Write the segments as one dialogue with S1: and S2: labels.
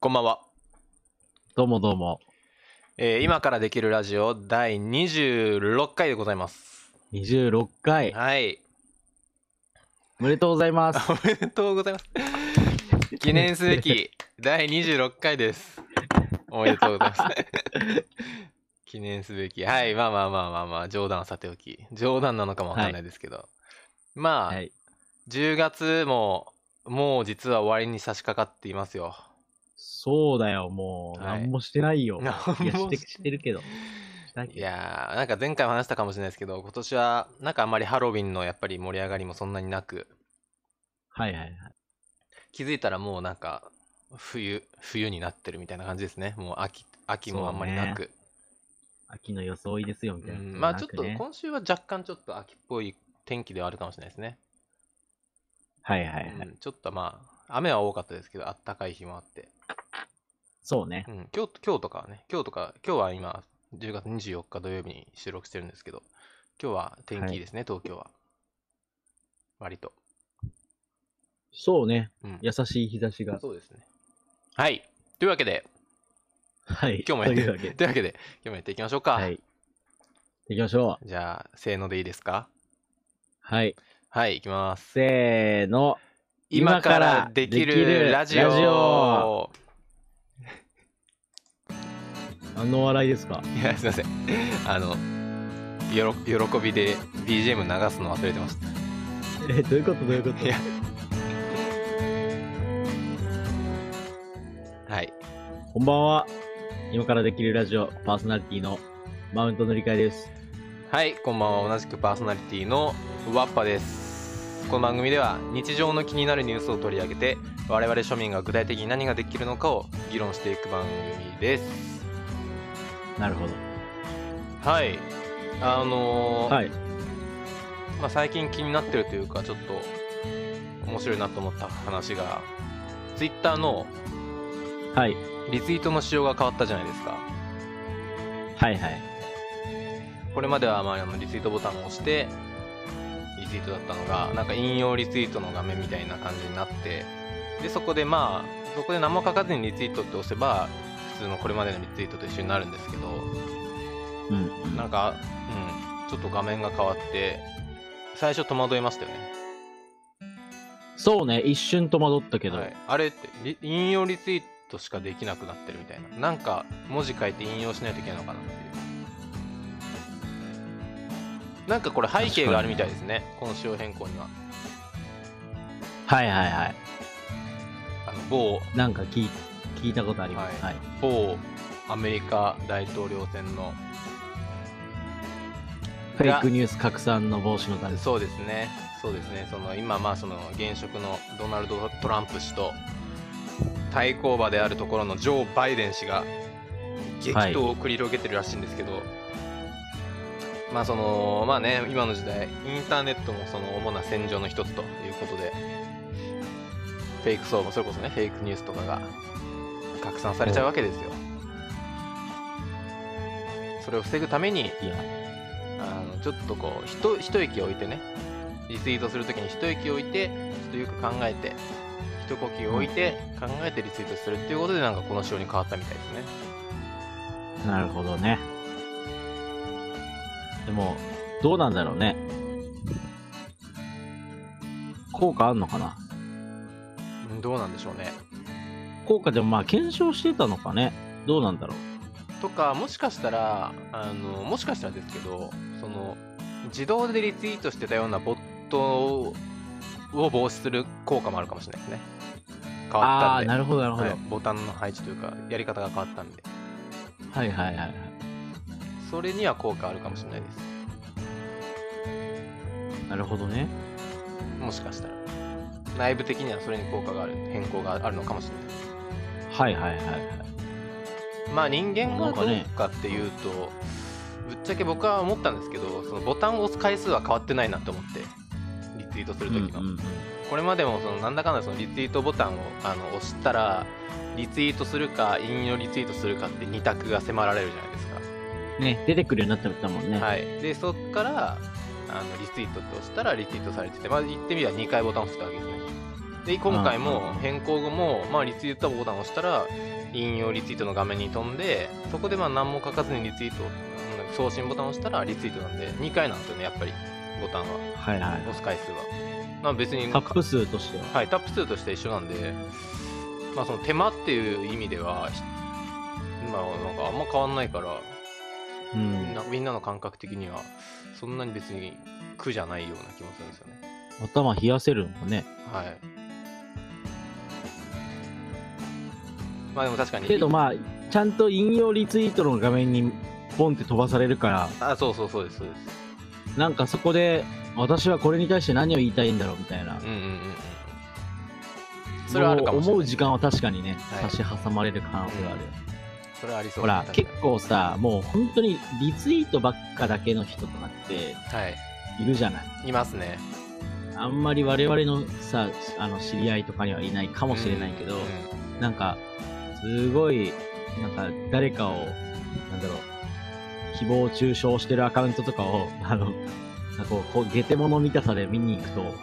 S1: こんばんは、
S2: どうもどうも。
S1: えー今からできるラジオ第26回でございます
S2: 26回、
S1: はい
S2: おめでとうございます。
S1: おめでとうございます記念すべき第26回ですおめでとうございます 記念すべきはいまあまあまあまあまあ冗談はさておき冗談なのかもわかんないですけど、まあ、
S2: はい。
S1: 10月ももう実は終わりに差し掛かっていますよ
S2: そうだよ、もう、
S1: はい
S2: 何もしてないよ。
S1: 何も
S2: いや、して
S1: して
S2: してるけど。だけ
S1: いやーなんか前回も話したかもしれないですけど今年はなんかあんまりハロウィンのやっぱり盛り上がりもそんなになく
S2: はいはいはい。
S1: 気づいたらもうなんか冬冬になってるみたいな感じですねもう秋秋もあんまりなく、
S2: 秋の装いですよ、みたいな。
S1: うんまあちょっと
S2: なんかね
S1: 今週は若干ちょっと秋っぽい天気ではあるかもしれないですね、
S2: はいはいはい。
S1: うん、ちょっとまあ雨は多かったですけどあったかい日もあって、
S2: そうね
S1: う。ん、今日今日とかはね今日とか今日は今10月24日土曜日に収録してるんですけど今日は天気いいですね、東京は割と、
S2: そうね。
S1: うん、
S2: 優しい日差しが。
S1: そうですねはいというわけで
S2: はい。
S1: 今日もやって
S2: というわけで
S1: というわけで今日もやっていきましょうか、
S2: はい。行きましょう。
S1: じゃあせーのでいいですか
S2: はい。
S1: はい、行きます。
S2: せーの。
S1: 今
S2: 今
S1: か
S2: からら
S1: で
S2: で
S1: き
S2: き
S1: る
S2: る
S1: ラ
S2: ラ
S1: ジ
S2: ジ
S1: オ
S2: オ何の笑いですか
S1: いや、すいません。あの、よろ喜びで BGM 流すの忘れてました。
S2: え、どういうことどういうこと
S1: いやはい。
S2: こんばんは。今からできるラジオパーソナリティのマウントのりかいです。
S1: はい、こんばんは。同じくパーソナリティのワッパです。この番組では日常の気になるニュースを取り上げて我々庶民が具体的に何ができるのかを議論していく番組です。
S2: なるほど。
S1: はい。あのー
S2: はい。
S1: まあ、最近気になってるというかちょっと面白いなと思った話が Twitter の
S2: はい。
S1: リツイートの仕様が変わったじゃないですか
S2: はいはい。
S1: これまではまああのリツイートボタンを押してリツイートだったのがなんか引用リツイートの画面みたいな感じになってでそこでまあそこで何も書かずにリツイートって押せば普通のこれまでのリツイートと一緒になるんですけど
S2: うん。
S1: なんか、うん、ちょっと画面が変わって最初戸惑いましたよね
S2: そうね、一瞬戸惑ったけど。
S1: はい、あれってリ引用リツイートしかできなくなってるみたいななんか文字書いて引用しないといけないのかなっていうなんかこれ背景があるみたいですねこの仕様変更には
S2: はいはいはい。
S1: あの某
S2: なんか聞い聞いたことあります。
S1: は
S2: はい。
S1: 某アメリカ大統領選の
S2: フェイクニュース拡散の防止のため。
S1: そうですねそうですねその今まあその現職のドナルド・トランプ氏と対抗馬であるところのジョー・バイデン氏が激闘を繰り広げてるらしいんですけど、まあそのまあね今の時代インターネットもその主な戦場の一つということでフェイク層もそれこそねフェイクニュースとかが拡散されちゃうわけですよそれを防ぐために
S2: いや、
S1: あのちょっとこうひと一息置いてねリツイートするときに一息置いてちょっとよく考えて一呼吸置いて考えてリツイートするっていうことでなんかこの仕様に変わったみたいですね
S2: なるほどね。でも、どうなんだろうね。効果あんのかな
S1: うんどうなんでしょうね
S2: 効果でもまあ検証してたのかねどうなんだろ
S1: とかもしかしたらあのもしかしたらですけどその自動でリツイートしてたようなボットを防止する効果もあるかもしれないですね変
S2: う
S1: わった
S2: あ
S1: ん
S2: あー、
S1: で
S2: なるほどなるほど。
S1: はいボタンの配置というかやり方が変わったんで
S2: はいはいはいはい。
S1: それには効果あるかもしれないです
S2: なるほどね。
S1: もしかしたら内部的にはそれに効果がある変更があるのかもしれな
S2: はいはいはいはい。
S1: いまあ人間が
S2: なん
S1: ど
S2: か
S1: う
S2: ね
S1: かっていうと、ぶっちゃけ僕は思ったんですけどそのボタンを押す回数は変わってないなと思ってリツイートする時の、
S2: うんうんうん
S1: これまでもそのなんだかんだそのリツイートボタンをあの押したらリツイートするか引用リツイートするかって2択が迫られるじゃないですか
S2: ね、出てくるようになってたもんね。
S1: はい、でそっからあのリツイートって押したらリツイートされてて、まあ、言ってみれば2回ボタン押したわけですねで今回も変更後も、まあ、リツイートボタンを押したら引用リツイートの画面に飛んでそこでまあ何も書かずにリツイートうん送信ボタンを押したらリツイートなんで2回なんですよねやっぱりボタンは
S2: はいは
S1: 押す回数は。まあ、別に
S2: い。タップ数としては。
S1: はい、タップ数として一緒なんで、まあ、その手間っていう意味では、ひまあ、なんかあんま変わんないから、
S2: う
S1: みん
S2: ん
S1: な。みんなの感覚的には、そんなに別に苦じゃないような気もするんですよね。
S2: 頭冷やせるのかね。
S1: はい。まあでも確かに。
S2: けどまあ、ちゃんと引用リツイートの画面にポンって飛ばされるから、
S1: あ、そうそうそうです、そうです。
S2: なんかそこで、私はこれに対して何を言いたいんだろうみたいな
S1: うん。うんうんうん。それはあるかもしれない
S2: 思う時間は確かにね、
S1: はい
S2: 差し挟まれる可能性がある。
S1: それはありそう
S2: ほら、
S1: 確
S2: 結
S1: か
S2: 構さ、もう本当にリツイートばっかだけの人とかって
S1: にはい
S2: るじゃない。
S1: い。いますね。
S2: あんまり我々のさ、あの知り合いとかにはいないかもしれないけど、
S1: うん
S2: なんか、すごい、なんか誰かを、なんだろう、誹謗中傷してるアカウントとかを、 あの、なんかこう、こう下手物見たさで見に行くと、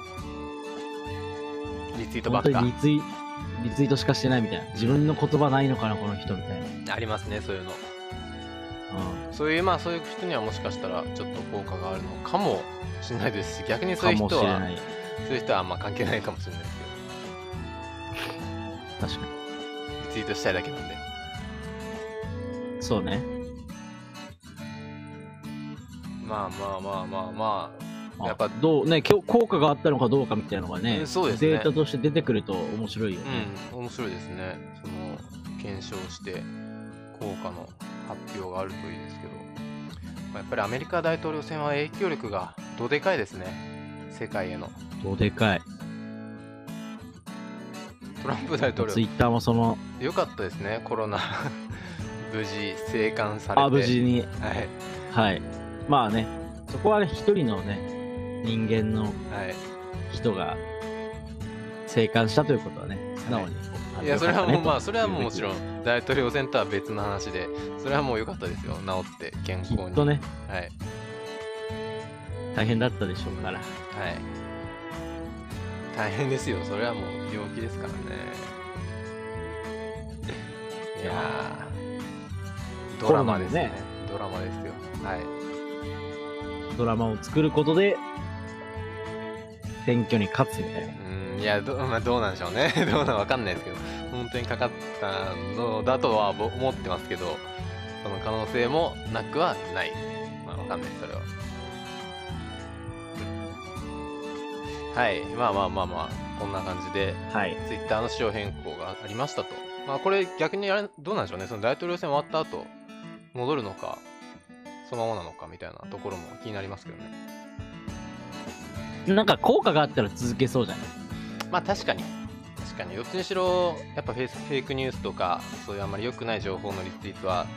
S1: リツイートば
S2: 本
S1: っ
S2: 当に
S1: か
S2: リ。ツイリツイートしかしてないみたいな。自分の言葉ないのかな、この人みたいな。
S1: ありますね、そういうの。
S2: うん
S1: そういうまあそういう人にはもしかしたらちょっと効果があるのかもしれないですし逆にそう
S2: か
S1: いう
S2: もし
S1: 人
S2: れ
S1: は
S2: ない。
S1: そういう人はあんま関係ないかもしれないです
S2: 確か
S1: けどリツイートしたいだけなんで
S2: に。そうね。
S1: まあまあまあまあま
S2: まあ
S1: やっぱ
S2: どうね、今日効果があったのかどうかみたいなのがね、
S1: うんそうですね
S2: データとして出てくると面白いよ
S1: あ
S2: ね。
S1: うん面白いですねその検証して効果の発表があるといいですけど、まあやっぱりアメリカ大統領選は影響力がどでかいですね世界への
S2: どうでかい。
S1: トランプ大統
S2: ツイ
S1: 領
S2: ッターもその、
S1: よかったですねコロナ 無事生還されて
S2: あ、無事に、
S1: はい
S2: はい。まあね、そこはね、一人のね、人間の
S1: はい
S2: 人が、生還したということはね、素直にこう。
S1: いやそれはもうまあそれはもうもちろ
S2: ん。
S1: ん大統領選とは別の話でそれはもう良かったですよ治って健
S2: き
S1: 康に
S2: っとね、
S1: はいはい
S2: 大変だったでしょうから。
S1: 大変ですよそれはもう病気ですからねいやードラマですねドラマですよはい
S2: ドラマを作ることで、選挙に勝つみたい
S1: う
S2: な。
S1: んいやど,、 まあ、どうなんでしょうねどうなんわかんないですけど本当にかかったのだとはぼ思ってますけどその可能性もなくはないまあわかんないですそれははいまあまあまあまあこんな感じで
S2: はい。
S1: ツイッターの仕様変更がありましたとまあこれ逆にあれどうなんでしょうねその大統領選終わった後戻るのかそのままなのかみたいなところも気になりますけどね
S2: なんか効果があったら続けそうじゃない
S1: まあ確かに確かにどっちにしろやっぱフェイスフェイクニュースとかそういうあんまり良くない情報のリツイートは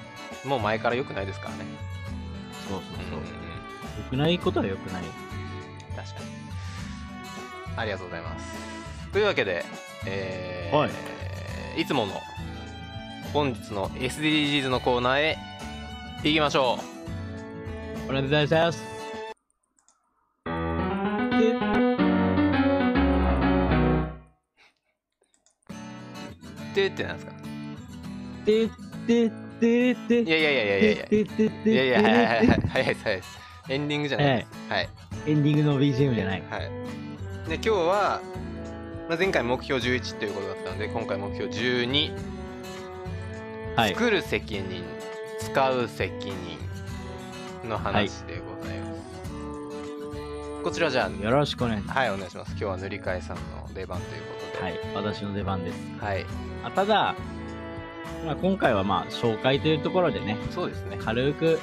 S1: もう前から良くないですからね
S2: そうそうそう。
S1: んん
S2: 良くないことは良くない。
S1: ん確かにありがとうございますというわけでえー
S2: はい
S1: いつもの本日の SDGs のコーナーへ行きましょう
S2: おめでとうございます。
S1: てってなんですか
S2: で、で、で、で、
S1: いやいやいやいやいやいや
S2: で、で、
S1: いやいや
S2: で、
S1: はいはい
S2: で
S1: はい早いです早いですエンディングじゃないです、はい
S2: エンディングの BGM じゃない。
S1: はい、で今日は、まあ、前回目標11ということだったので今回目標12、
S2: はい。
S1: 作る責任使う責任の話でございます、こちらじゃ
S2: よろしくお願いしま
S1: あはいお願いします今日は塗り替えさんの出番ということ
S2: す。
S1: で
S2: は。
S1: はい
S2: 私の出番です。
S1: い、
S2: あただ、まあ、今回はまあ、紹介というところでね、
S1: そうですね
S2: 軽く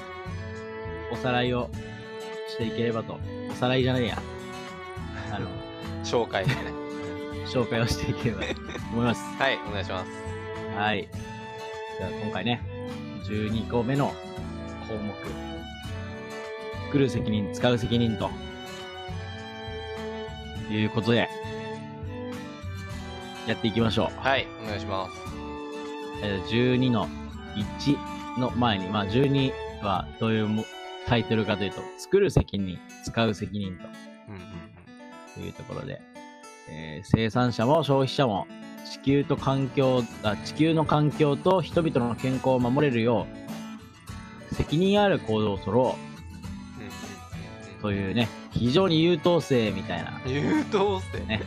S2: おさらいをしていければと。おさらいじゃないや。あの、
S1: 紹介ですね
S2: 紹介をしていければと思 います。
S1: はいお願いします
S2: はい。じゃあ今回ね、12個目の項目。作る責任、使う責任と。いうことで、やっていきましょう。
S1: はいお願いします
S2: えー12の1の前に、まあ12はどういうもタイトルかというと、作る責任、使う責任
S1: うんうんうん
S2: というところで、えー生産者も消費者も地球と環境あ地球の環境と人々の健康を守れるよう責任ある行動を取ろうというね非常に優等生みたいな
S1: 優等生
S2: ね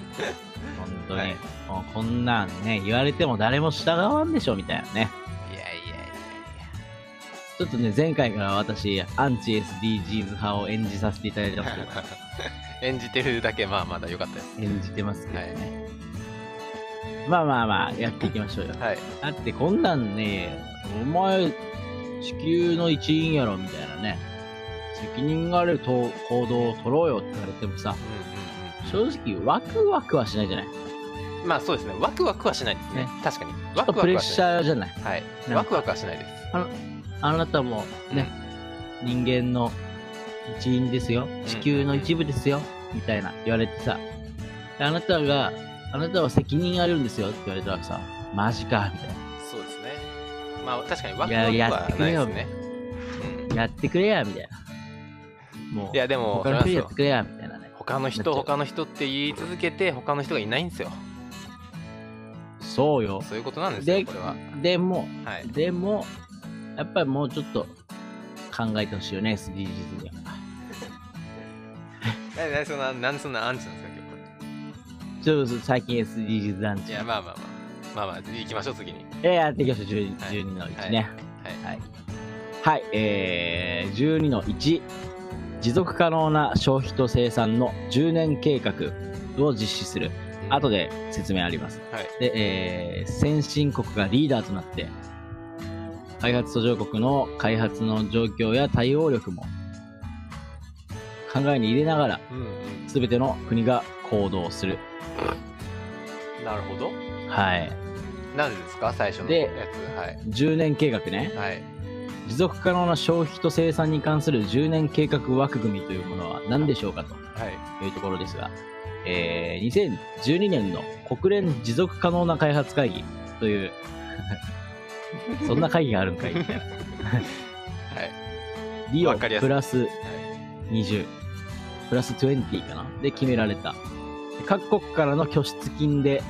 S2: 本当に、
S1: はい
S2: もうこんなんね言われても誰も従わんでしょみたいなね
S1: いやいやいやい
S2: ちょっとね前回から私アンチ SDGs 派を演じさせていただいてますけど
S1: や演じてるだけまあまだ良かったです
S2: 演じてますけどね、まあまあまあやっていきましょうよ
S1: はい
S2: だってこんなんねお前地球の一員やろみたいなね責任があると行動を取ろうよって言われてもさ正直ワクワクはしないじゃないち
S1: まあそうですねワクワクはしないですね
S2: ね
S1: 確かに
S2: ょ
S1: ワ
S2: っと
S1: クワ
S2: プ
S1: ク
S2: レッ
S1: はし
S2: シ
S1: ない
S2: ャーじゃない
S1: はい
S2: なんか
S1: ワクワクはしないです
S2: あなたもね、人間の一員ですよ地球の一部ですよみたいな言われてさであなたがあなたは責任あるんですよって言われたらさマジかみたいな
S1: そうですねまあ確かにワ
S2: い
S1: クワ
S2: や
S1: ク
S2: やって
S1: は
S2: く
S1: な
S2: れ
S1: いで
S2: よ
S1: すねうん
S2: やってくれや、みたいな。もう、
S1: いやでも
S2: 他の
S1: そ
S2: 人
S1: れは
S2: や
S1: そ
S2: って
S1: う
S2: くれや、みたいなね。
S1: 他の
S2: なっ
S1: 人
S2: ちゃう
S1: 他の人って言い続けて他の人がいないんですよ
S2: そうよ。
S1: そういうことなんですよ
S2: で
S1: これは、
S2: でも、
S1: はい
S2: でも、やっぱりもうちょっと考えてほしいよね、SDGs には。
S1: ななそんななんでそんなアンチなんですか今
S2: ちょっと最近 SDGs なん
S1: 日い
S2: て。
S1: やまあまあまあまあまあ行きましょう次に
S2: えーやっていきましょう、12,
S1: はい
S2: 12の1ね。
S1: はい
S2: はい。はい、えー、12の1。持続可能な消費と生産の10年計画を実施する。後
S1: で
S2: で説明あります。
S1: はい
S2: で、えー先進国がリーダーとなって、開発途上国の開発の状況や対応力も考えに入れながら、
S1: うんうん
S2: すべての国が行動する。
S1: なるほど
S2: はい。
S1: なんですか最初の
S2: で
S1: やつはい
S2: 10年計画ね。
S1: はい
S2: 持続可能な消費と生産に関する10年計画枠組みというものは何でしょうかと
S1: はい
S2: いうところですが、えー2012年の国連持続可能な開発会議という、 そんな会議がある んかいみたいな。
S1: はい
S2: リオ
S1: わかりやすい
S2: プラス20プラス20かなで決められた各国からの拠出金で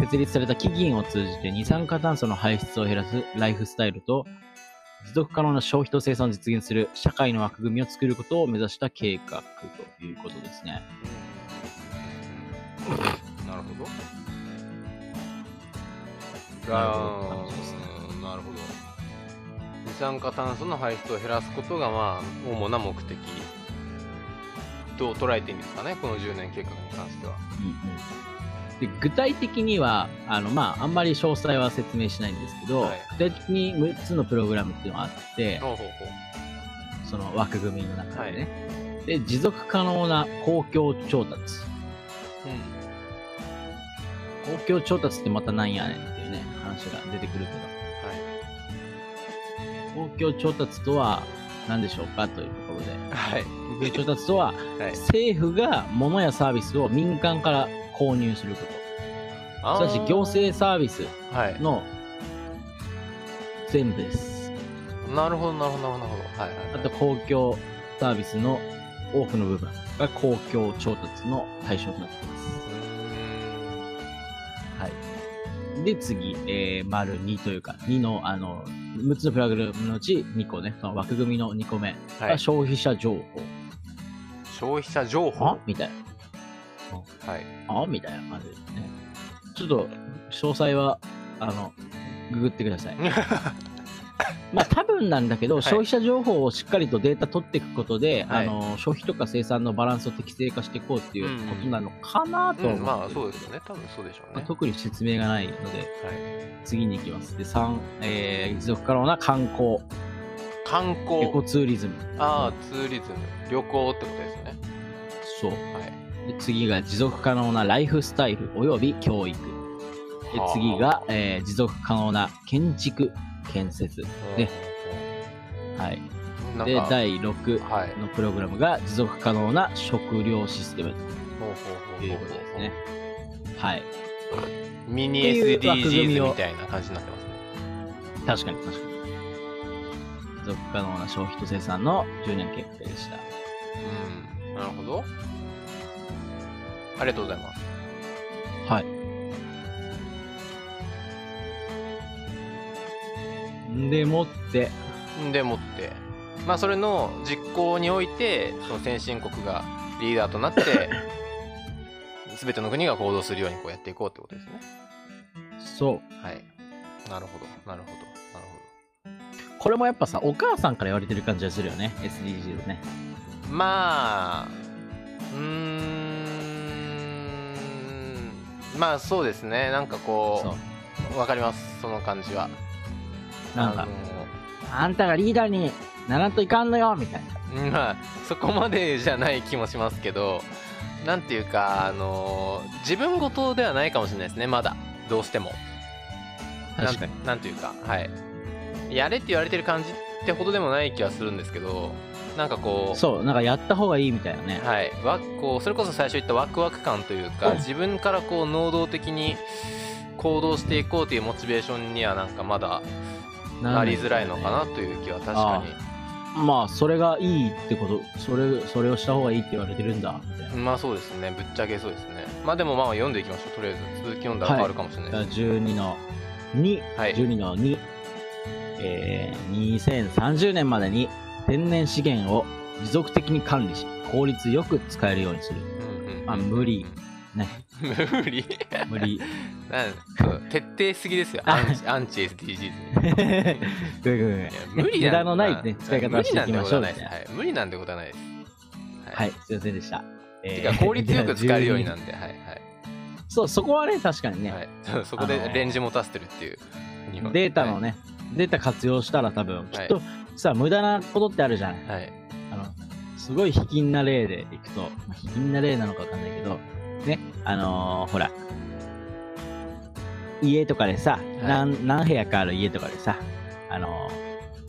S2: 設立された基金を通じて二酸化炭素の排出を減らすライフスタイルと持続可能な消費と生産を実現する社会の枠組みを作ることを目指した計画ということですね
S1: うんなるほど
S2: なるほど
S1: うーんなるほど二酸化炭素の排出を減らすことがまあ主な目的と捉えていいんですかねこの10年計画に関しては
S2: で具体的にはあの、まあ、あんまり詳細は説明しないんですけど、
S1: はい
S2: 具体的に6つのプログラムっていうのがあって、
S1: ほうほうほ
S2: その枠組みの中でね。で、持続可能な公共調達。
S1: ううん
S2: 公共調達ってまたなんやねんっていうね、話が出てくるけど、公共調達とは何でしょうかというところで、
S1: はい
S2: 公共調達と は、
S1: はいはい
S2: 政府が物やサービスを民間から購入すること。
S1: あ
S2: す
S1: ー
S2: なわち行政サービス
S1: はい
S2: の全部です。
S1: なるほどなるほどなるほどはいはいはい
S2: あと公共サービスの多くの部分が公共調達の対象となっています。
S1: うーん
S2: はい。で、次、えー、丸2というか、2の、あの、6つのプログラムのうち2個ね、その枠組みの2個目
S1: は
S2: が
S1: い
S2: 消費者情報。
S1: 消費者情報
S2: あみたい
S1: はい
S2: な。あみたいな感じですね。ちょっと、詳細は、あの、ググってください。まあ、多分なんだけど、
S1: はい
S2: 消費者情報をしっかりとデータ取っていくことで、
S1: はい
S2: あの、消費とか生産のバランスを適正化していこうっていうことなのかなと
S1: う
S2: 思う、
S1: んまあそうですよね多分そうでしょう
S2: まあ
S1: ね
S2: 特に説明がないので、
S1: はい
S2: 次に行きます。で、3、えー、持続可能な観光、
S1: 観
S2: エ
S1: 光
S2: コツーリズム。
S1: ああツーリズム旅行ってことですね
S2: そう。
S1: はい
S2: で、次が持続可能なライフスタイルおよび教育。で、次が、えー持続可能な建築、建設。ねはい。
S1: なん
S2: で、
S1: か
S2: 第6
S1: はい
S2: のプログラムが持続可能な食料システム
S1: ほうほうほうほう
S2: ということですね。はい。
S1: ミニ
S2: っていう枠組み
S1: SDGs
S2: を
S1: みたいな感じになってますね
S2: 確かに確かに。持続可能な消費と生産の10年計画でした。
S1: うんなるほどありがとうございます
S2: でもって、
S1: でもって、まあ、それの実行においてその先進国がリーダーとなって 全ての国が行動するようにこうやっていこうってことですね。
S2: そう。
S1: はい。なるほど、なるほど、なる
S2: これもやっぱさ、お母さんから言われてる感じがするよね。SDGs ね。
S1: ほど。まあ、うーん、まあそうですね、なんか
S2: そ
S1: こう、
S2: う。
S1: わかります、その感じは。
S2: なんか
S1: あ、の
S2: あんたがリーダーにならんといかんのよみたいな。
S1: まあ、そこまでじゃない気もしますけど、なんていうか、あの自分事ではないかもしれないですね、まだ、どうしても。なん
S2: 確かに。
S1: なんていうか、はい。やれって言われてる感じってほどでもない気はするんですけど、なんかこう、
S2: そう、なんかやった方がいいみたいなね。
S1: はい、わこうそれこそ最初言ったワクワク感というか、
S2: うん
S1: 自分からこう能動的に行動していこうというモチベーションにはなんかまだなりづらいのかなという気は確か
S2: まあ、それがいいってこと、それ、それをした方がいいって言われてるんだ、みたいな
S1: に、。まあそうですねぶっちゃけそうですねまあでもまあ読んでいきましょうとりあえず続き読んだら変わるかもしれない
S2: だから
S1: です、
S2: 12の2、
S1: はい
S2: 12の2、えー、2030年までに天然資源を持続的に管理し、効率よく使えるようにする。
S1: うんうん
S2: まあ無理ね。
S1: 無理
S2: 無 理。
S1: なんそう徹底すぎですよアンチアンチ SDGs に
S2: ごめんご めんごめん
S1: いや無理
S2: 無
S1: な
S2: 駄
S1: ん
S2: のないね使い方をしていきましょうみたいな
S1: 無理なんてことはないです、はい無理なんてことはないです
S2: はい、すいませんでした。え
S1: て
S2: ー
S1: か効率よく使えるようにな
S2: 12
S1: んで、はいはい
S2: そう、そこはね、確かにね、
S1: はい、そうそこで
S2: あのー
S1: レンジ持たせてるっていう日本
S2: データのね、データ活用したら多分、きっと、さ、無駄なことってあるじゃない。
S1: はい、
S2: あの、すごい卑近な例でいくと、まあ、卑近な例なのかわかんないけど、ね、あのーほら、家とかでさ、
S1: い
S2: 何、何部屋かある家とかでさ、あのー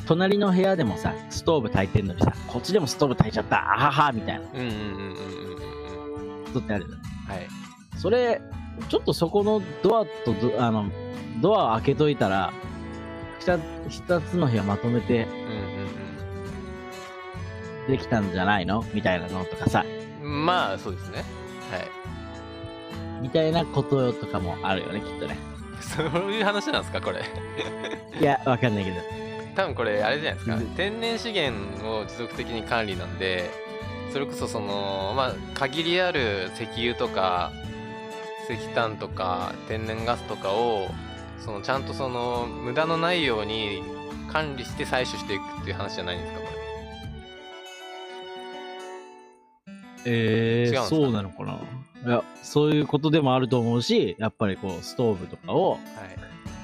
S2: 隣の部屋でもさ、ストーブ炊いてんのにさ、こっちでもストーブ炊いちゃった、あはは、みたいな
S1: うんうんうんうんうんうんうん
S2: ことってあるじゃない。
S1: はい
S2: それ、ちょっとそこのドアとド、あの、ドアを開けといたら、二つ二つの部屋まとめて
S1: うん
S2: できたんじゃないのみたいなのとかさ、
S1: うんうんまあそうですねはい
S2: みたいなこととかもあるよね、きっとね。
S1: そういう話なんですかこれ
S2: いや、わかんないけど。
S1: 多分これあれじゃないですか
S2: うん
S1: 天然資源を持続的に管理なんでそれこそそのまあ限りある石油とか石炭とか天然ガスとかをそのちゃんとその無駄のないように管理して採取していくっていう話じゃないんですかこれ
S2: え
S1: 違うんですか
S2: そうなのかないや、そういうことでもあると思うし、やっぱりこう、ストーブとかを、
S1: はい。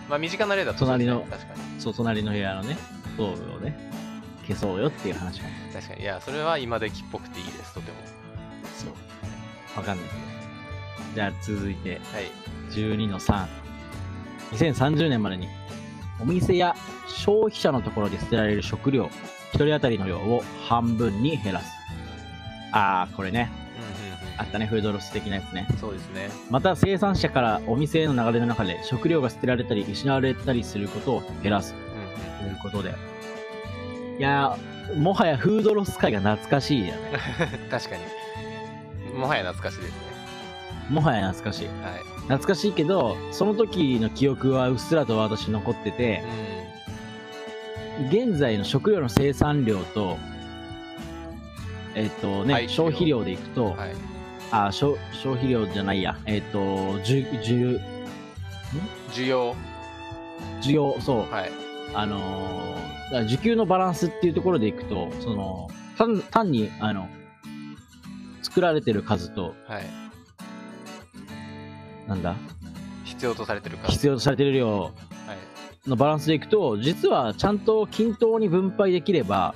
S1: まあ身近な例だと
S2: 隣の
S1: そうですね確か
S2: そう、隣の部屋のね、ストーブをね、消そうよっていう話かも。
S1: に確かにいやそれは今時っぽくていいですとても
S2: そう。わかんないけど。じゃあ続いて、
S1: はい
S2: 12の3。2030年までに、お店や消費者のところで捨てられる食料、一人当たりの量を半分に減らす。あー、これね、あったね、フードロス的なやつね。
S1: そうですね
S2: また生産者からお店への流れの中で食料が捨てられたり失われたりすることを減らす
S1: う
S2: と
S1: んうん
S2: いうことでいやーもはやフードロス界が懐かしいよね
S1: 確かにもはや懐かしいですね
S2: もはや懐かしい
S1: はい
S2: 懐かしいけどその時の記憶はうっすらと私残ってて
S1: う
S2: 現在の食料の生産量とえっ、とね、
S1: はい
S2: 消費量でいくと、
S1: んはい
S2: あ消消費量じゃないやえっ、と需需
S1: 需要
S2: 需要そう、
S1: はい
S2: あのーだから需給のバランスっていうところでいくと、その、単単に、あの、作られてる数と、
S1: はい
S2: なんだ、
S1: 必要とされてるから
S2: 必要とされてる量
S1: はい
S2: のバランスでいくと、実はちゃんと均等に分配できれば、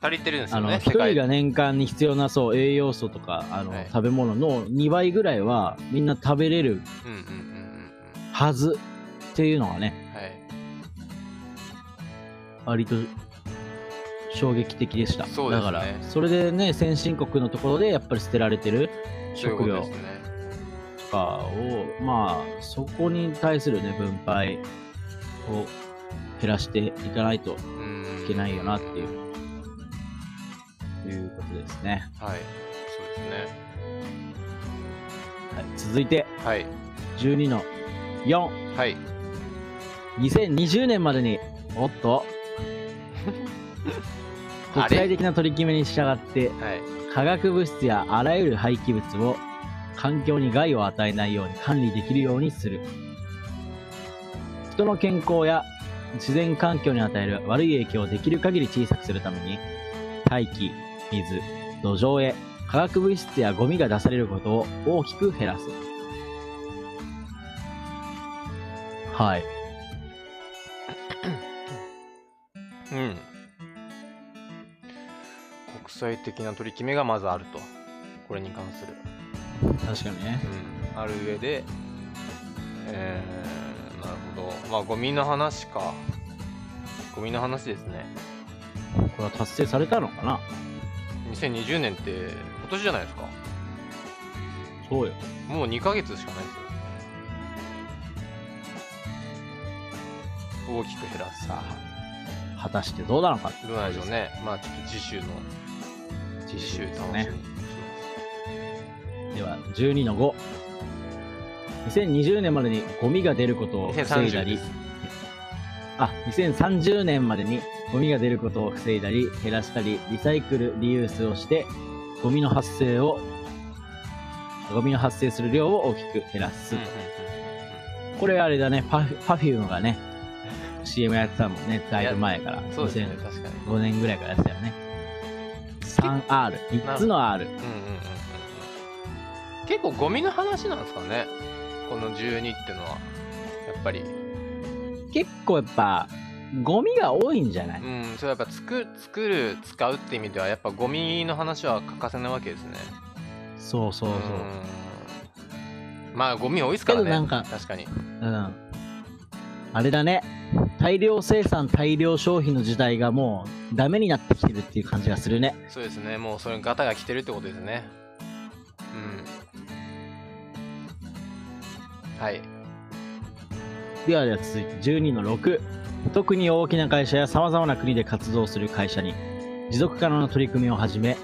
S1: 足りてるんです
S2: あ
S1: よ
S2: の、
S1: ね
S2: 一人が年間に必要な、そう、栄養素とか、あの、
S1: はい
S2: 食べ物の2倍ぐらいは、みんな食べれる
S1: うんうんうんうん
S2: はずっていうのがね、
S1: うんはい
S2: 割と衝撃的でした。
S1: そうですね
S2: だから、それでね、先進国のところでやっぱり捨てられてる
S1: そういう
S2: 食
S1: こと
S2: 料
S1: です。ね
S2: とかを、まあ、そこに対するね、分配を減らしていかないと
S1: うん
S2: いけないよなっていういうことですね。
S1: はいそうですね
S2: はい、続いて、
S1: はい
S2: 12の4。
S1: はい
S2: 2020年までにおっと国際的な取り決めに従って
S1: はい。
S2: 化学物質やあらゆる廃棄物を環境に害を与えないように管理できるようにする人の健康や自然環境に与える悪い影響をできる限り小さくするために大気水土壌へ化学物質やゴミが出されることを大きく減らすはい
S1: うん。国際的な取り決めがまずあると。これに関する。
S2: 確かにね
S1: うん。ある上で、えー、なるほど。まあ、ゴミの話か。ゴミの話ですね。
S2: これは達成されたのかな
S1: 2020年って今年じゃないですか。
S2: そうよ
S1: もう2ヶ月しかないですよ。大きく減らす。
S2: さあ果たしてどうなのか
S1: どうなんでしょうね。まあ、ちょっと次週の、次週楽しみにします。
S2: では12の52020年までにゴミが出ることを防いだ
S1: 2030で
S2: り
S1: す。
S2: あ2030年までにゴミが出ることを防いだり減らしたりリサイクルリユースをしてゴミの発生をゴミの発生する量を大きく減らす、
S1: うんうん
S2: これあれだねパフパフュームがね CM やってたもんねだいぶ前か
S1: う
S2: ら
S1: んそうですね、確かに。
S2: 2005年ぐらいからやってたよね 3R3 つの R
S1: うんうんうんうんうん。結構ゴミの話なんですかね。この12ってのは。やっぱり。
S2: 結構やっぱゴミが多いんじゃない
S1: うん、それはやっぱ作作る、使うって意味では、やっぱゴミの話は欠かせないわけですね。
S2: そうそうそう。
S1: うんまあ、ゴミ多いですからね。
S2: けどなんか
S1: 確かに。
S2: うん。あれだね。大量生産、大量消費の時代がもうダメになってきてるっていう感じがするね。
S1: そうですね、もうそれガタが来てるってことですね。うん。はい。
S2: ではでは続いて12の6。特に大きな会社や様々な国で活動する会社に持続可能な取り組みをはじめ、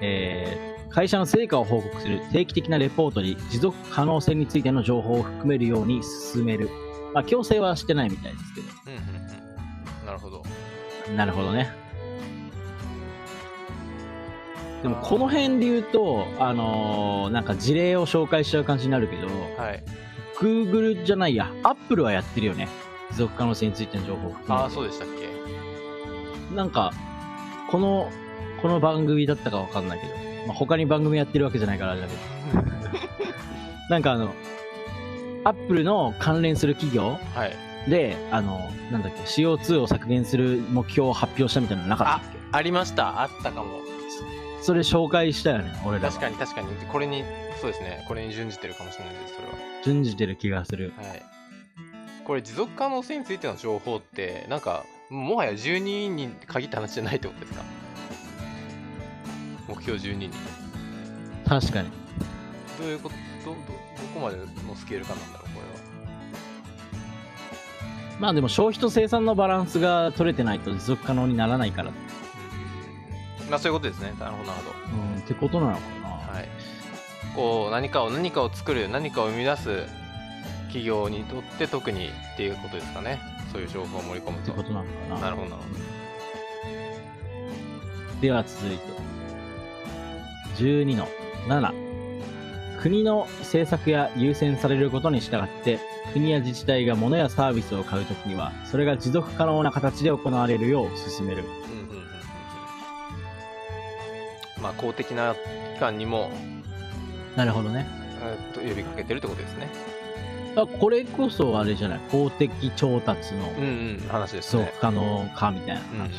S2: えー会社の成果を報告する定期的なレポートに持続可能性についての情報を含めるように進める。まあ、強制はしてないみたいですけど。
S1: うんうんうん。なるほど。
S2: なるほどね。でもこの辺で言うと、あのーなんか事例を紹介しちゃう感じになるけど、
S1: はい。
S2: Google じゃないや、Apple はやってるよね。持続可能性についての情報を含め
S1: あ
S2: て
S1: あ、そうでしたっけ。
S2: なんか、この、この番組だったかわかんないけど、まあ、他に番組やってるわけじゃないからあれだけど、なんかあの、Apple の関連する企業
S1: はい。
S2: で、あの、なんだっけ、CO2 を削減する目標を発表したみたいなのなかったっけ
S1: ありました。あったかも。
S2: それ紹介したよね、俺らが
S1: 確かに確かに。これに、そうですね。これに準じてるかもしれないです、それ
S2: 準じてる気がする。
S1: は。はい。これ、持続可能性についての情報って、なんか、もはや12人に限った話じゃないってことですか目標12人。
S2: 確かに。
S1: どういうことどどどこまでのスケール感なんだろう、これは。
S2: まあでも消費と生産のバランスが取れてないと持続可能にならないから。
S1: まあそういうことですね。なるほど、なるほ
S2: うん、ってことなのかな。
S1: ど。はい。こう、何かを、何かを作る、何かを生み出す企業にとって特にっていうことですかね。そういう情報を盛り込む
S2: って
S1: と。
S2: ことなのかな。
S1: なるほど、なるほど。
S2: では続いて。12の7。国の政策や優先されることに従って、国や自治体が物やサービスを買うときには、それが持続可能な形で行われるよう進める。
S1: うんうんうんうんうん。まあ公的な機関にも、
S2: なるほどね。
S1: えっと呼びかけてるってことですね。
S2: あこれこそあれじゃない公的調達の
S1: うんうん、話で
S2: 持
S1: す
S2: 続
S1: ね。
S2: 可能化みたいな話。
S1: うんうんうん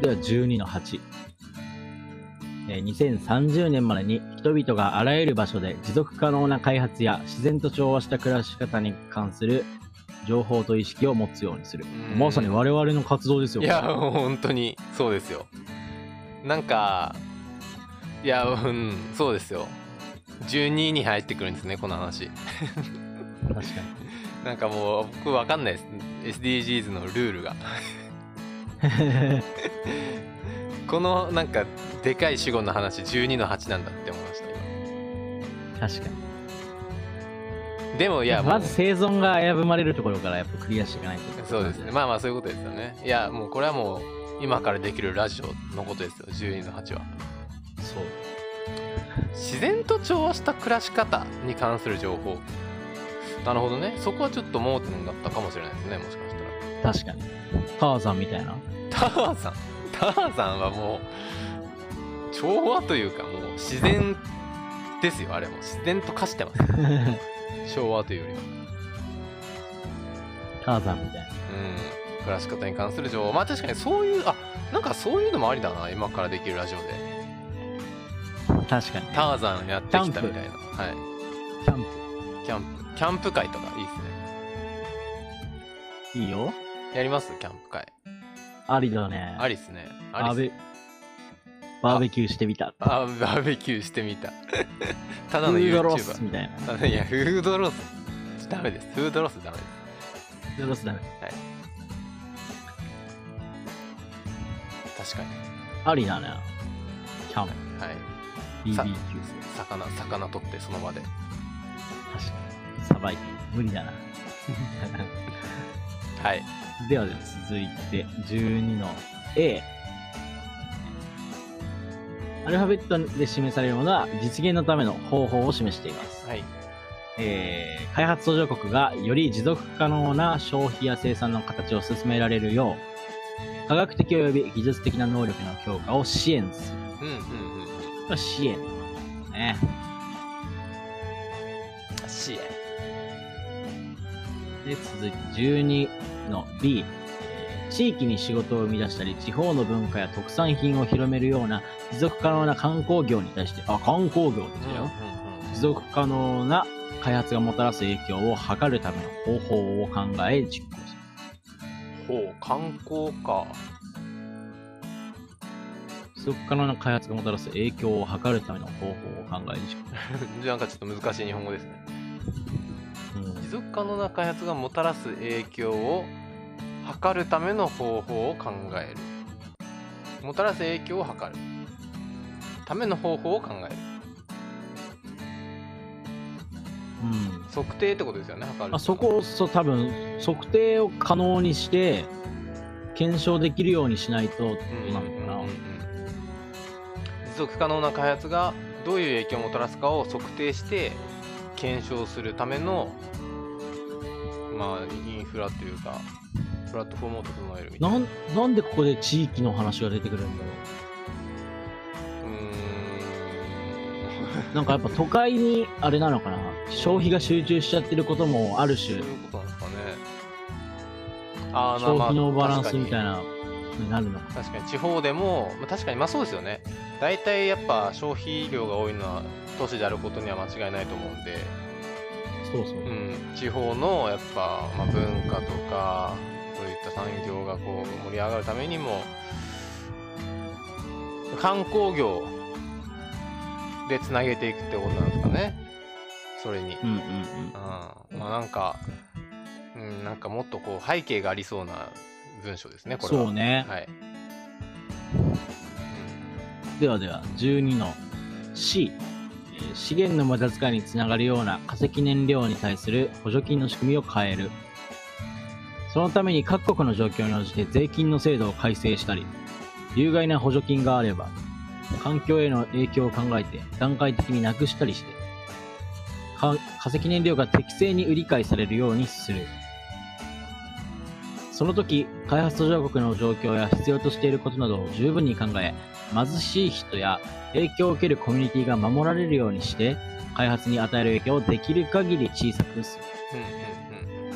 S2: では12の8。えー2030年までに人々があらゆる場所で持続可能な開発や自然と調和した暮らし方に関する情報と意識を持つようにする
S1: う。ん
S2: まさに我々の活動ですよ。
S1: いや、本当にそうですよ。なんか、いや、うん、そうですよ。12に入ってくるんですね、この話。
S2: 確かに。
S1: なんかもう、僕わかんないです。SDGs のルール が。この、なんか、でかい主語の話、12の8なんだって思いました、今。
S2: 確かに。
S1: でもいや、も
S2: ま
S1: う
S2: ず生存が危ぶまれるところからやっぱクリアしていかないと。
S1: そうですね。まあまあそういうことですよね。いや、もうこれはもう今からできるラジオのことですよ、12の8は。
S2: そう。
S1: 自然と調和した暮らし方に関する情報。なるほどね。そこはちょっと盲点だったかもしれないですね、もしかしたら。
S2: 確かに。ターザンみたい な。
S1: ターザン ターザンはもう調和というかもう自然ですよあれも自然と化してます調和というよりは
S2: ターザンみたいな。
S1: うん暮らし方に関する情報まあ確かにそういうあなんかそういうのもありだな今からできるラジオで
S2: 確かに、ね。
S1: ターザンやってきたみたいなは
S2: キャン
S1: いキャンプキャンプ会とかいいですね
S2: プ。いいよ。
S1: やりますキャンプ会
S2: ありだね。
S1: ありっすねあり
S2: バ
S1: っ
S2: ー
S1: す
S2: ベ、バーベキューしてみた。
S1: あバーベキューしてみ たただの
S2: フー
S1: YouTuber
S2: ドロスみたいな。フ
S1: ただいやフードロスダメですフードロスダメです
S2: ードロスだね。
S1: 確かに
S2: ありだね。キャンプ、
S1: はい
S2: BBQ。
S1: さ
S2: 確か
S1: 魚魚取ってその場で
S2: に。さばいて。無理だな。
S1: はい
S2: ではでは続いて12の A。アルファベットで示されるものは実現のための方法を示しています。
S1: はい
S2: えー開発途上国がより持続可能な消費や生産の形を進められるよう、科学的及び技術的な能力の強化を支援する。
S1: うんうんうん
S2: これ支援。ね。
S1: 支援
S2: で、続いて12の B。えー地域に仕事を生み出したり、地方の文化や特産品を広めるような持続可能な観光業に対して、あ、観光業ですよ。持続可能な開発がもたらす影響を測るための方法を考え実行する。
S1: ほう観光か
S2: 持続可能な開発がもたらす影響を測るための方法を考え実行
S1: なんかちょっと難しい日本語ですね
S2: する。
S1: 持続可能な開発がもたらす影響を測るための方法を考えるもたらす影響を測るための方法を考える
S2: うん。
S1: 測定ってことですよね測る
S2: あそこをそう多分測定を可能にして検証できるようにしないとなのかな、
S1: 持続可能な開発がどういう影響をもたらすかを測定して検証するためのまあインフラというかプラットフォームを整えるみたいな
S2: なんなんでここで地域の話が出てくるんだろ
S1: う
S2: うなんかやっぱ都会にあれなのかな消費が集中しちゃってることもある
S1: ーん
S2: 種
S1: そういうことなんですかねあーな
S2: 消費の
S1: ま
S2: バ
S1: あ
S2: ランスみたい
S1: 確かに
S2: なになるのか
S1: 確かに地方でも、まあ、確かにまあそうですよね大体やっぱ消費量が多いのは都市であることには間違いないと思うんで
S2: そうそう、
S1: うん、地方のやっぱ、まあ、文化とかそういった産業がこう盛り上がるためにも観光業でつなげていくってことなんですかねそれに、うん
S2: うんうん
S1: まあ、なんか、うん、なんかもっとこう背景がありそうな文章ですねこれは
S2: そうね
S1: はい、
S2: ではでは12の C えー資源の無駄遣いにつながるような化石燃料に対する補助金の仕組みを変えるそのために各国の状況に応じて税金の制度を改正したり有害な補助金があれば環境への影響を考えて段階的になくしたりしてか化石燃料が適正に売り買いされるようにするその時開発途上国の状況や必要としていることなどを十分に考え貧しい人や影響を受けるコミュニティが守られるようにして開発に与える影響をできる限り小さくする
S1: うんうんうん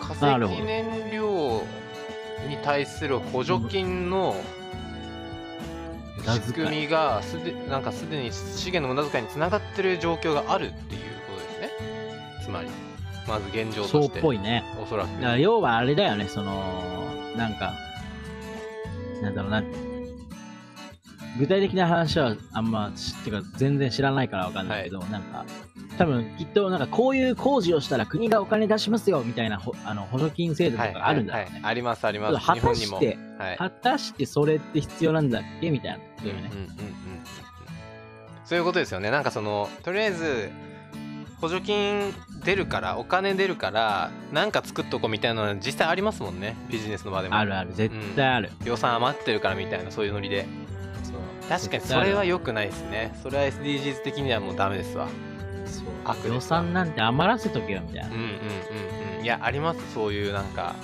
S1: うん化
S2: なるほ
S1: 石
S2: ど
S1: 燃料に対する補助金の
S2: 無駄遣い
S1: 仕組みがすでなんかすでに資源の無駄遣いにつながってる状況があるっていうことですねつまりまず現状
S2: そ
S1: と
S2: う
S1: し
S2: ってぽいね
S1: おそらく
S2: だから要はあれだよねそのなんかなんだろうな具体的な話はあんましってか全然知らないからわかんないけど、なんか多分きっとなんかこういう工事をしたら国がお金出しますよみたいなほあの補助金制度と
S1: はい
S2: かあるんだろうね、
S1: はいはいありますあります。
S2: 果
S1: 日
S2: た
S1: 本にも。
S2: し
S1: はい。
S2: て、果たしてそれって必要なんだっけみたいなこと
S1: うん
S2: よ
S1: うんうんう
S2: ね、
S1: んそういうことですよね。なんかそのとりあえず補助金出るからお金出るからなんか作っとこうみたいなの実際ありますもんねビジネスの場でも
S2: あるある絶対ある、
S1: 予算余ってるからみたいなそういうノリで
S2: そう
S1: 確かにそれは良くないですねそれは SDGs 的にはもうダメですわ
S2: そう
S1: 悪ですわ
S2: 予算なんて余らせとけよみたいな
S1: うんうんうんうんいやありますそういうなんか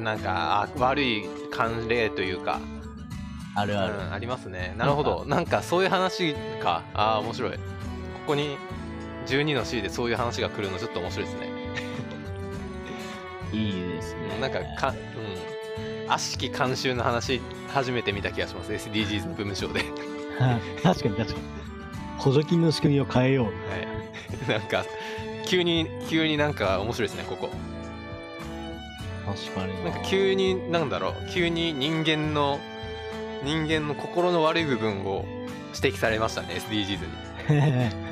S1: なんかあ悪い慣例というか
S2: あるある、
S1: うん、ありますねなるほどなんかそういう話かああ面白いここに12の C でそういう話が来るのちょっと面白いですね
S2: いいですね
S1: なんかか、うん、悪しき慣習の話初めて見た気がします SDGs の文章で
S2: 確かに確かに補助金の仕組みを変えよう
S1: はい なんか急に急になんか面白いですねここ
S2: 確かに
S1: なんか急になんだろう急に人間の人間の心の悪い部分を指摘されましたね SDGs に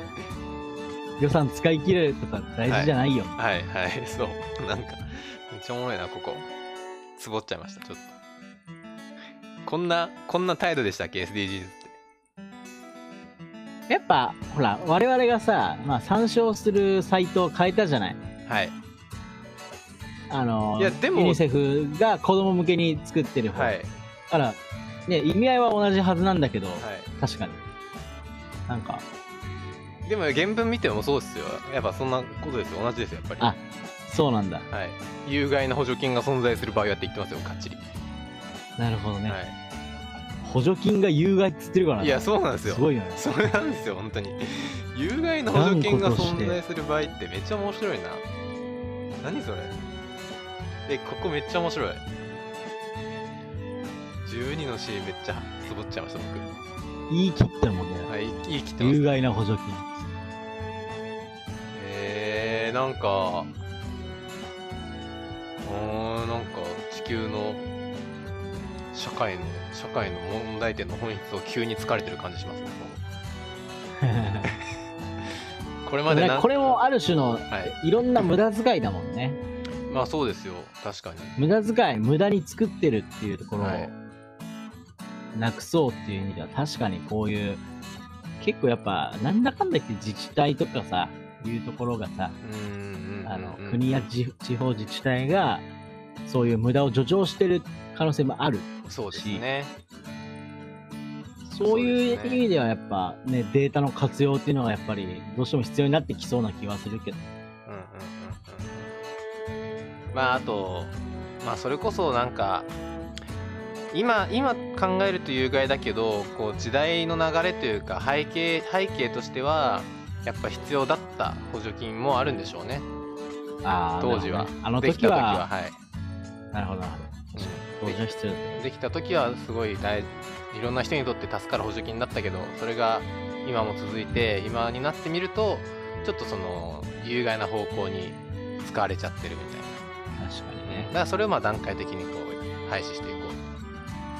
S2: 予算使い切れるとか大事じゃないよ、
S1: はいはい そうなんかめっちゃおもろいなここつぼっちゃいましたちょっとこんなこんな態度でしたっけ SDGs って
S2: やっぱほら我々がさ、まあ、参照するサイトを変えたじゃない
S1: はい
S2: あの
S1: いやでも
S2: ユニセフが子供向けに作ってる方、
S1: はいはい
S2: だから、ね、意味合いは同じはずなんだけど、確かになんか
S1: でも原文見てもそうですよやっぱそんなことですよ同じですよやっぱ
S2: あそうなんだ
S1: りはい有害な補助金が存在する場合はって言ってますよかっちり、
S2: なるほどね、
S1: は
S2: 補助金が有害っつってるからね
S1: い、いやそうなんですよ
S2: すごいよね
S1: それなんですよ本当に有害な補助金が存在する場合ってめっちゃ面白いな何それえここめっちゃ面白い12の C めっちゃつぼっちゃいました僕
S2: 言い切ったもんね、
S1: あいいいい切ってます
S2: 有害な補助金
S1: えー、なんかうーんなんか地球の社会の社会の問題点の本質を急に疲れてる感じしますねこ れまで
S2: でも
S1: な
S2: ね
S1: ん
S2: これもある種の
S1: はい
S2: いろんな無駄遣いだもんね
S1: まあそうですよ確かに
S2: 無駄遣い無駄に作ってるっていうところを
S1: はい
S2: なくそうっていう意味では確かにこういう結構やっぱなんだかんだ言って自治体とかさいうところがさあ
S1: あ
S2: の国や地地方自治体がそういう無駄を助長してる可能性もある
S1: そうですね
S2: そ
S1: そう
S2: うい
S1: です
S2: う
S1: ね
S2: 意味ではやっぱねデータの活用っていうのがやっぱりどうしても必要になってきそうな気はするけど
S1: うんうんうんうんまああとまあそれこそなんか今今考えると有害だけどこう時代の流れというか背景背景としてはやっぱ必要だった補助金もあるんでしょうね
S2: あー
S1: 当時は、
S2: なるほどね
S1: で
S2: あの
S1: きた
S2: 時
S1: 時
S2: は
S1: はい、
S2: なるほどなる
S1: う
S2: ほど
S1: ん
S2: 当時は必要だっ
S1: でできた時はすごい大いろんな人にとって助かる補助金だったけどそれが今も続いて今になってみるとちょっとその有害な方向に使われちゃってるみたいな
S2: た確かに
S1: ね
S2: ね
S1: だからそれをまあ段階的にこう廃止していこう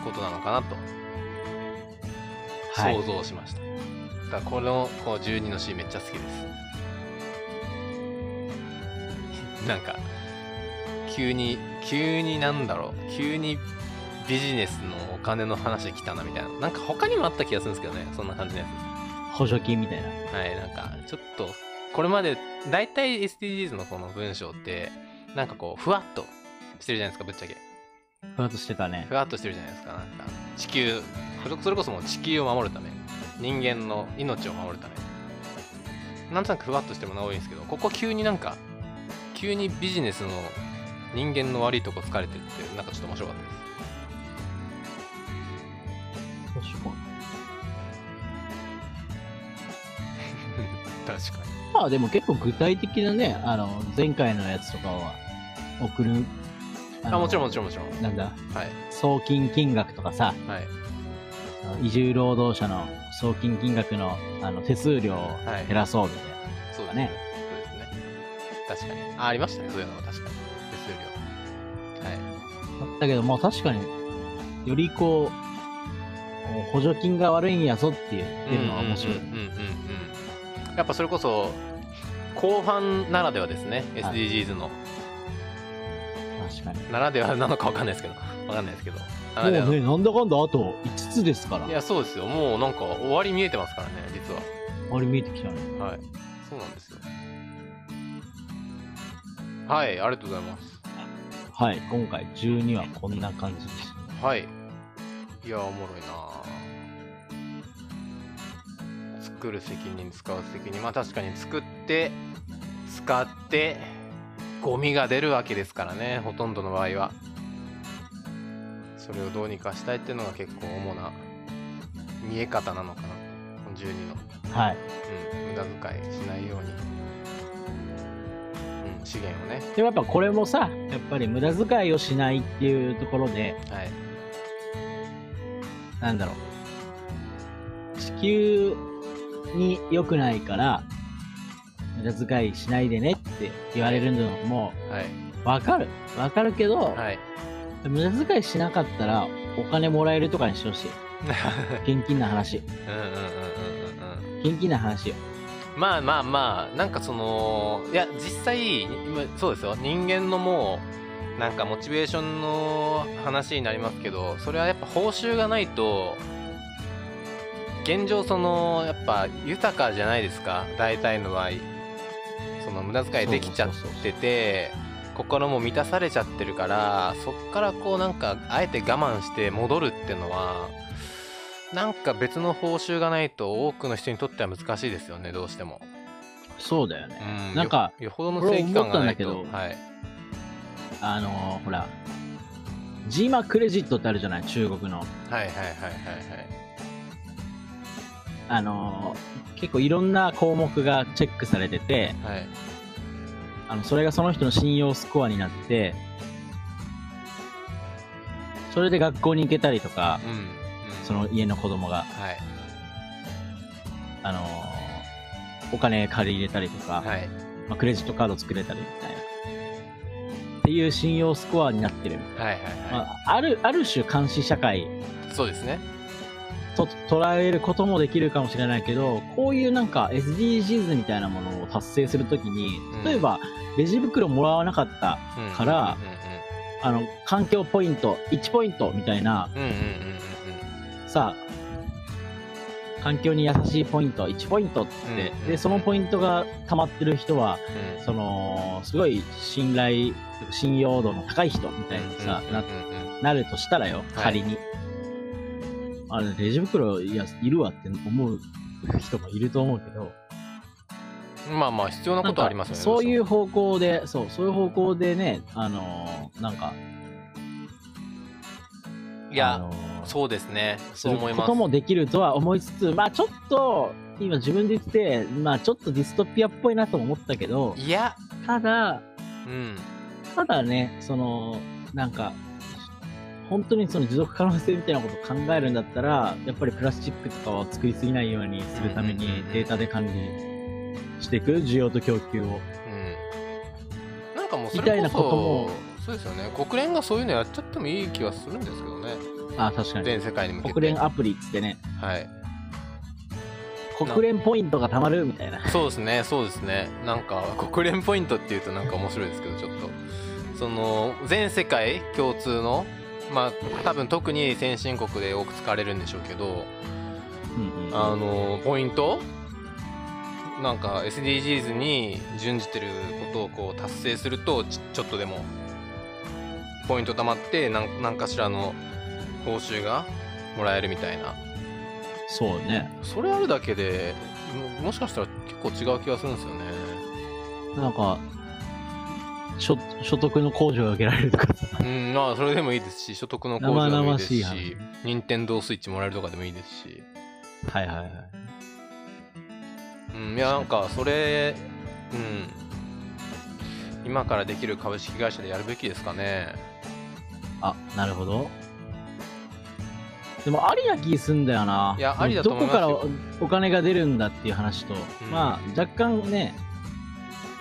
S1: ことなのかなと
S2: はい
S1: 想像しました、だからこのこう12の C めっちゃ好 きですなんか急に急になんだろう急にビジネスのお金の話来たなみたいななんか他にもあった気がするんですけどねそんな感じのや
S2: 補助金みたいな
S1: つはいなんかちょっとこれまで大体 SDGs のこの文章ってなんかこうふわっとしてるじゃないですかぶっちゃけ
S2: ふわっとしてたね
S1: ふわっとしてるじゃないですかなんか地球それそれこそもう地球を守るため人間の命を守るためなんとなくふわっとしてるものが多いんですけどここ急になんか急にビジネスの人間の悪いとこ疲れてるってなんかちょっと面白かったです
S2: 確かに
S1: 確か
S2: まあでも結構具体的なね、あの、前回のやつとかは、送る。
S1: あもちろんも
S2: ち
S1: ちろんもちろん
S2: なんだ、
S1: はい
S2: 送金金額とかさ、
S1: はい
S2: あの移住労働者の送金金額の、あの、手数料を
S1: はい
S2: 減らそうみたいな。
S1: そうですね
S2: ね
S1: そうですね確かにあありましたねそういうのも確かに手数料はい
S2: だけどもう確かに、よりこう、補助金が悪いんやぞっていうっていうのは面白い。
S1: うんうんうんうんうんやっぱそれこそ後半ならではですね
S2: はい
S1: SDGs の、
S2: 確かに。
S1: ならではなのかわかんないですけどわかんないですけどな
S2: も
S1: ら
S2: う
S1: ではの
S2: ね、なんだかんだあと5つですから。
S1: いやそうですよもうなんか終わり見えてますからね実
S2: あれ見えてきたね。
S1: ははいそうなんですよはいありがとうございます
S2: はい、今回12はこんな感じでした。
S1: はい。いや、おもろいなぁ作る責任、使う責任。まあ確かに作って、使って、ゴミが出るわけですからね、ほとんどの場合は。それをどうにかしたいっていうのが結構主な見え方なのかな。この12の。
S2: はい。
S1: うん。無駄遣いしないように。うん、資源をね。
S2: でもやっぱこれもさ、やっぱり無駄遣いをしないっていうところで、
S1: はい。
S2: なんだろう。地球に良くないから、無駄遣いしないでねって言われるのも
S1: はい。
S2: わかる。わかるけど、
S1: はい。
S2: 無駄遣いしなかったらお金もらえるとかにしてほしい。現金な話。
S1: うんうんうんうんうんうん。
S2: 現金な話よ。
S1: まあまあまあなんかそのいや実際今そうですよ人間のもうなんかモチベーションの話になりますけどそれはやっぱ報酬がないと現状そのやっぱ豊かじゃないですか大体の場合その無駄遣いできちゃってて心も満たされちゃってるからそっからこうなんかあえて我慢して戻るってのはなんか別の報酬がないと多くの人にとっては難しいですよねどうしても。
S2: そうだよね。
S1: うん
S2: なんか
S1: よよほどの正義感がないと
S2: 俺思ったんだ
S1: は
S2: けど
S1: い
S2: あのーほら、ジーマクレジットってあるじゃない中国の。
S1: はいはいはい
S2: あのー結構いろんな項目がチェックされてて、
S1: はいはいはい
S2: あの、それがその人の信用スコアになって、それで学校に行けたりとか、
S1: うん、うん、
S2: その家の子供が、
S1: はい
S2: あのーお金借り入れたりとか、
S1: はい
S2: まあ、クレジットカード作れたりみたいな。っていう信用スコアになってる。
S1: はいはいは
S2: まあ、ある、ある種監視社会
S1: いそうですね
S2: と捉えることもできるかもしれないけど、こういうなんか SDGs みたいなものを達成するときに
S1: うん、
S2: 例えばレジ袋もらわなかった、
S1: うん
S2: から
S1: う
S2: あの、環境ポイント、1ポイントみたいな、
S1: んうんうんうん
S2: さ環境に優しいポイント、1ポイントっつって
S1: うん、
S2: で、そのポイントが溜まってる人は、
S1: うんうんうん
S2: その、すごい信頼、信用度の高い人みたいにさ、な
S1: うんうんうん
S2: なるとしたらよ、
S1: はい
S2: 仮に。あれ、レジ袋、いや、いるわって思う人もいると思うけど、
S1: まあまあ必要なことはありますよね。。
S2: そういうう方向で、そう、そういう方向でね、あのーなんか、
S1: い
S2: あ
S1: や、
S2: のー
S1: そうですね。
S2: す
S1: そう
S2: る
S1: 思い
S2: こ
S1: ま
S2: と
S1: す。
S2: もできるとは思いつつ、まあちょっと、今自分で言ってて、まあちょっとディストピアっぽいなとも思ったけど、
S1: いや、
S2: ただ、
S1: うん。
S2: ただね、その、なんか、本当にその持続可能性みたいなことを考えるんだったら、やっぱりプラスチックとかを作りすぎないようにするため
S1: うんうんうん
S2: に
S1: うん
S2: データで管理していく、需要と供給を。
S1: うん。なんかもうそ
S2: みた
S1: れ
S2: い
S1: こ
S2: なことも
S1: そ、そうですよね。国連がそういうのやっちゃってもいい気はするんですけどね。
S2: あ、確かに。
S1: 全世界に向けて。
S2: 国連アプリっつってね、
S1: はい。
S2: 国連ポイントが貯まるみたいな。
S1: そうですね、そうですね。なんか、国連ポイントっていうとなんか面白いですけど、ちょっと。その、全世界共通の、まあ、多分特に先進国で多く使われるんでしょうけど、
S2: うんうん
S1: あのポイントなんか SDGs に準じてることをこう達成するとちちょっとでもポイント貯まってなんなんかしらの報酬がもらえるみたいな
S2: そうね。
S1: それあるだけでももしかしたら結構違う気がするんですよね
S2: なんか、所所得の控除が受けられるとかさ。
S1: うんまあそれでもいいですし所得の控除でもいいです
S2: 生々しい
S1: し
S2: 話
S1: 任天堂スイッチもらえるとかでもいいですし
S2: はいはいはい。
S1: うん、いやなんかそれ、うん、今からできる株式会社でやるべきですかね。
S2: あ、なるほど。でもありな気すんだよな。
S1: いやありだと思いますよ
S2: どこからお金が出るんだっていう話と、
S1: うん
S2: まあ若干ね、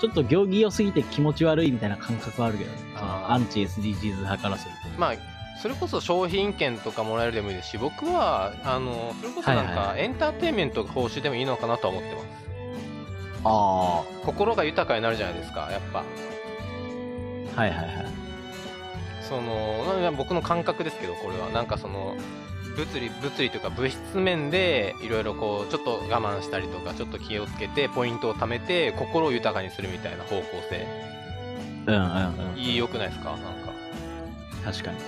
S2: ちょっと行儀良すぎて気持ち悪いみたいな感覚はあるけどね、そ
S1: あ
S2: の
S1: ー
S2: アンチ SDGs 派からする
S1: まあそれこそ商品券とかもらえるでもいいですし僕はあのそれこそなん
S2: はいはい
S1: か
S2: はい
S1: エンターテインメントが報酬でもいいのかなとは思ってます。
S2: と。あ
S1: 心が豊かになるじゃないですかやっぱ
S2: あ。はいはいはい。
S1: そのまあ僕の感覚ですけどこれはなんかその物理物理というか物質面でいろいろこうちょっと我慢したりとかちょっと気をつけてポイントを貯めて心を豊かにするみたいな方向性
S2: うんうんうん。
S1: いい良くないですかなんか
S2: 確かに。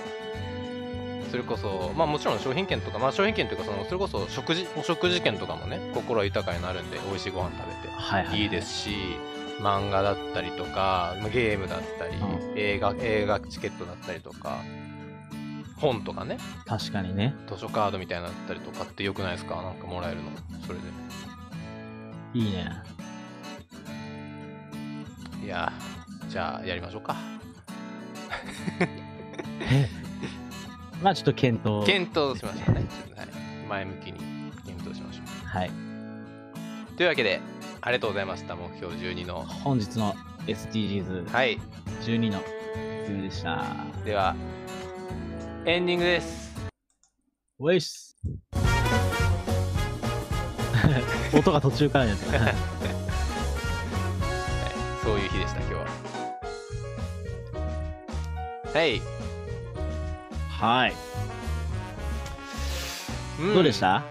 S1: それこそまあもちろん商品券とかまあ商品券というかそのそれこそ食事お食事券とかもね心は豊かになるんで美味しいご飯食べて
S2: はいはい。
S1: いいで。すし漫画だったりとかまあゲームだったり、
S2: う
S1: 映画映画チケットだったりとか本とかね
S2: 確かにね。
S1: 図書カードみたいなのだったりとかってよくないですかなんかもらえるのそれで
S2: いいね。
S1: いやーじゃあやりましょうか
S2: まあちょっと検討。
S1: 検討しましょうね、ちょっとはい、前向きに検討しましょ
S2: はい。
S1: うというわけでありがとうございました目標12の
S2: 本日の SDGs12
S1: はい
S2: の説明でした。
S1: ではエンディングです
S2: ウェ イス音が途中から ですね。はい
S1: そういう日でした今日ははい、
S2: はい。
S1: うん
S2: どうでした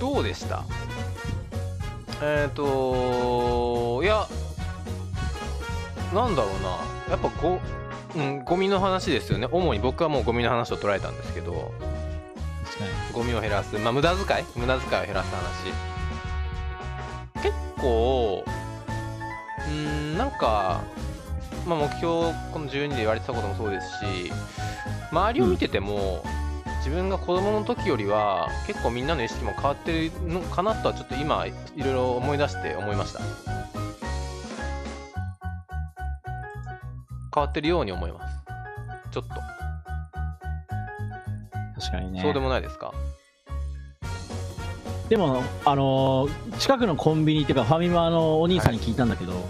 S1: どうでしたえっ、といやなんだろうなやっぱご、うん、ゴミの話ですよね主に僕はもうゴミの話を捉えたんですけど
S2: 確かに。
S1: ゴミを減らす、まあ、無駄遣い無駄遣いを減らす話結構うんなんか、まあ、目標この12で言われてたこともそうですし周りを見てても、自分が子供の時よりは結構みんなの意識も変わってるのかなとはちょっと今いろいろ思い出して思いました変わってるように思いますちょっと、
S2: 確かにね。
S1: そうでもないですか
S2: でも、あのー近くのコンビニっていうか、ファミマのお兄さんに聞いたんだけど、
S1: は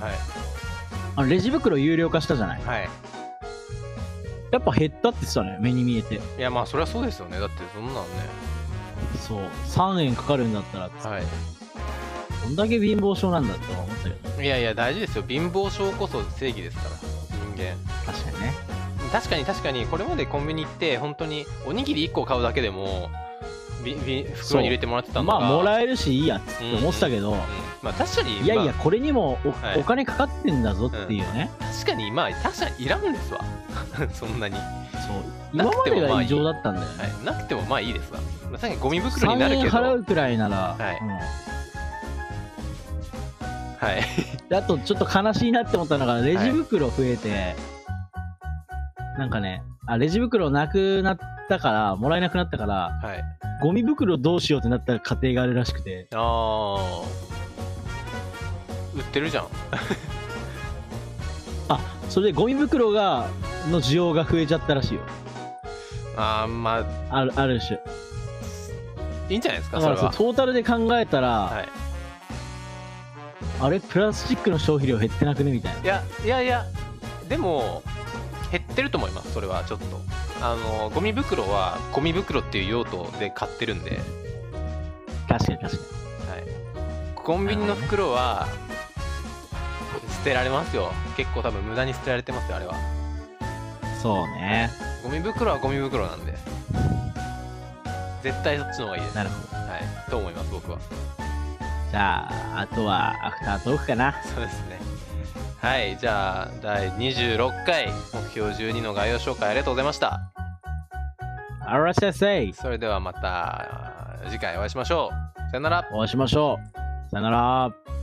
S2: あのレジ袋有料化したじゃない
S1: いはい
S2: やっぱ減ったって言ってたね、目に見えて。
S1: いやまあそれはそうですよねだってそんなんね
S2: そう。3円かかるんだったら、
S1: はい
S2: どんだけ貧乏症なんだって思ったよね。
S1: いやいや大事ですよ貧乏症こそ正義ですから人間
S2: 確かにね。
S1: 確かに確かにこれまでコンビニ行って本当におにぎり1個買うだけでもびび袋に入れてもらってたの
S2: ま
S1: が
S2: あ、も
S1: え、
S2: らえるしいいやっつって思ってたけど、
S1: うんまあ確かに
S2: いやい
S1: ま
S2: や、これにもお,、
S1: はい
S2: お金かかってんだぞっていうね。
S1: あ確かにまあ確かにいらんですわ そんなに、は
S2: そう。
S1: な
S2: 今
S1: く
S2: ま
S1: ても
S2: で
S1: まあ
S2: が
S1: いい
S2: 異常だったんだよね。
S1: い、なくてもまあいいですわまあ確かにゴミ袋にな
S2: 3
S1: る
S2: 円
S1: けど
S2: 払うくらいなら、
S1: はい
S2: うん
S1: はい
S2: であとちょっと悲しいなって思ったのがレジ袋増えて、なんかねあレジ袋なくなったからもらえなくなったから
S1: はい
S2: ゴミ袋どうしようってなった家庭があるらしくて
S1: あー売ってるじゃん
S2: あそれでゴミ袋がの需要が増えちゃったらしいよ
S1: あーまあ
S2: あるある種
S1: いいんじゃないですか
S2: だ
S1: そ
S2: か
S1: れ
S2: らそう
S1: は
S2: トータルで考えたら、
S1: はい
S2: あれプラスチックの消費量減ってなくねみたいない
S1: やいやいやでも減ってると思いますそれはちょっとあのゴミ袋はゴミ袋っていう用途で買ってるんで、はい、
S2: 確かに確か
S1: コンビニの袋は捨てられますよ結構多分無駄に捨てられてますよあれは
S2: にそうね
S1: ゴミ袋はゴミ袋なんで絶対そっちの方がいいです、は
S2: なるほど
S1: い、と思います僕は
S2: じゃああとはアフタートークかな
S1: そうですねはいじゃあ第26回目標12の概要紹介ありがとうございました
S2: あらしゃせい
S1: それではまた次回お会いしましょう。さよなら。
S2: お会いしましょうさよなら